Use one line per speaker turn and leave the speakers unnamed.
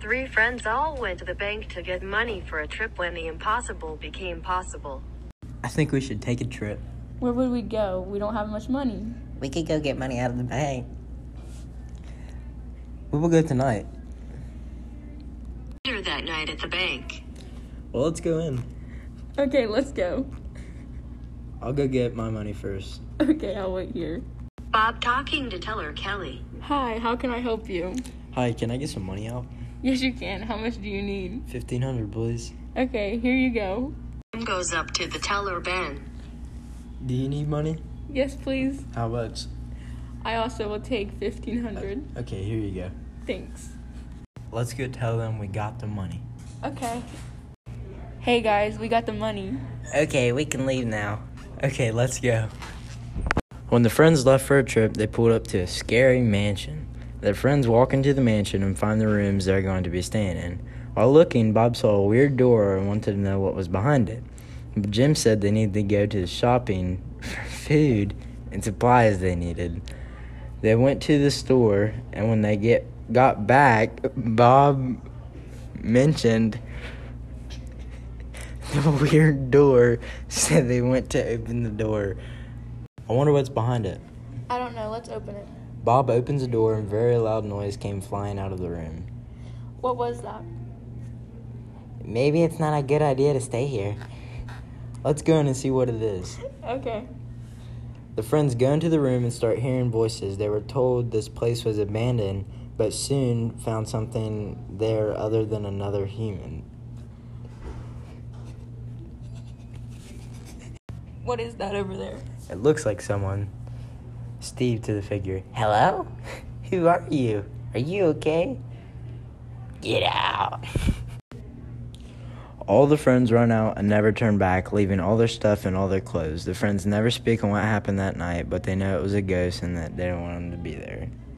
Three friends all went to the bank to get money for a trip when the impossible became possible.
I think we should take a trip.
Where would we go? We don't have much money.
We could go get money out of the bank.
We will go tonight.
Later that night at the bank,
Well, let's go in.
Okay, let's go.
I'll go get my money first.
Okay, I'll wait here.
Bob talking to teller Kelly.
Hi, how can I help you?
Hi, can I get some money out?
Yes, you can. How much do you need?
1500 please.
Okay, here you go.
Jim goes up to the teller Ben.
Do you need money?
Yes, please.
How much?
I also will take 1500.
Okay, here you go.
Thanks.
Let's go tell them we got the money.
Okay. Hey guys, we got the money.
Okay, we can leave now.
Okay, let's go. When the friends left for a trip, they pulled up to a scary mansion. Their friends walk into the mansion and find the rooms they're going to be staying in. While looking, Bob saw a weird door and wanted to know what was behind it. But Jim said they needed to go to the shopping for food and supplies they needed. They went to the store, and when they get got back, Bob mentioned the weird door said they went to open the door. I wonder what's behind it.
I don't know, let's open it.
Bob opens the door and very loud noise came flying out of the room.
What was that?
Maybe it's not a good idea to stay here. Let's go in and see what it is.
Okay.
The friends go into the room and start hearing voices. They were told this place was abandoned, but soon found something there other than another human.
What is that over there?
It looks like someone. Steve to the figure.
Hello? Who are you? Are you okay? Get out.
All the friends run out and never turn back, leaving all their stuff and all their clothes. The friends never speak on what happened that night, but they know it was a ghost and that they don't want them to be there.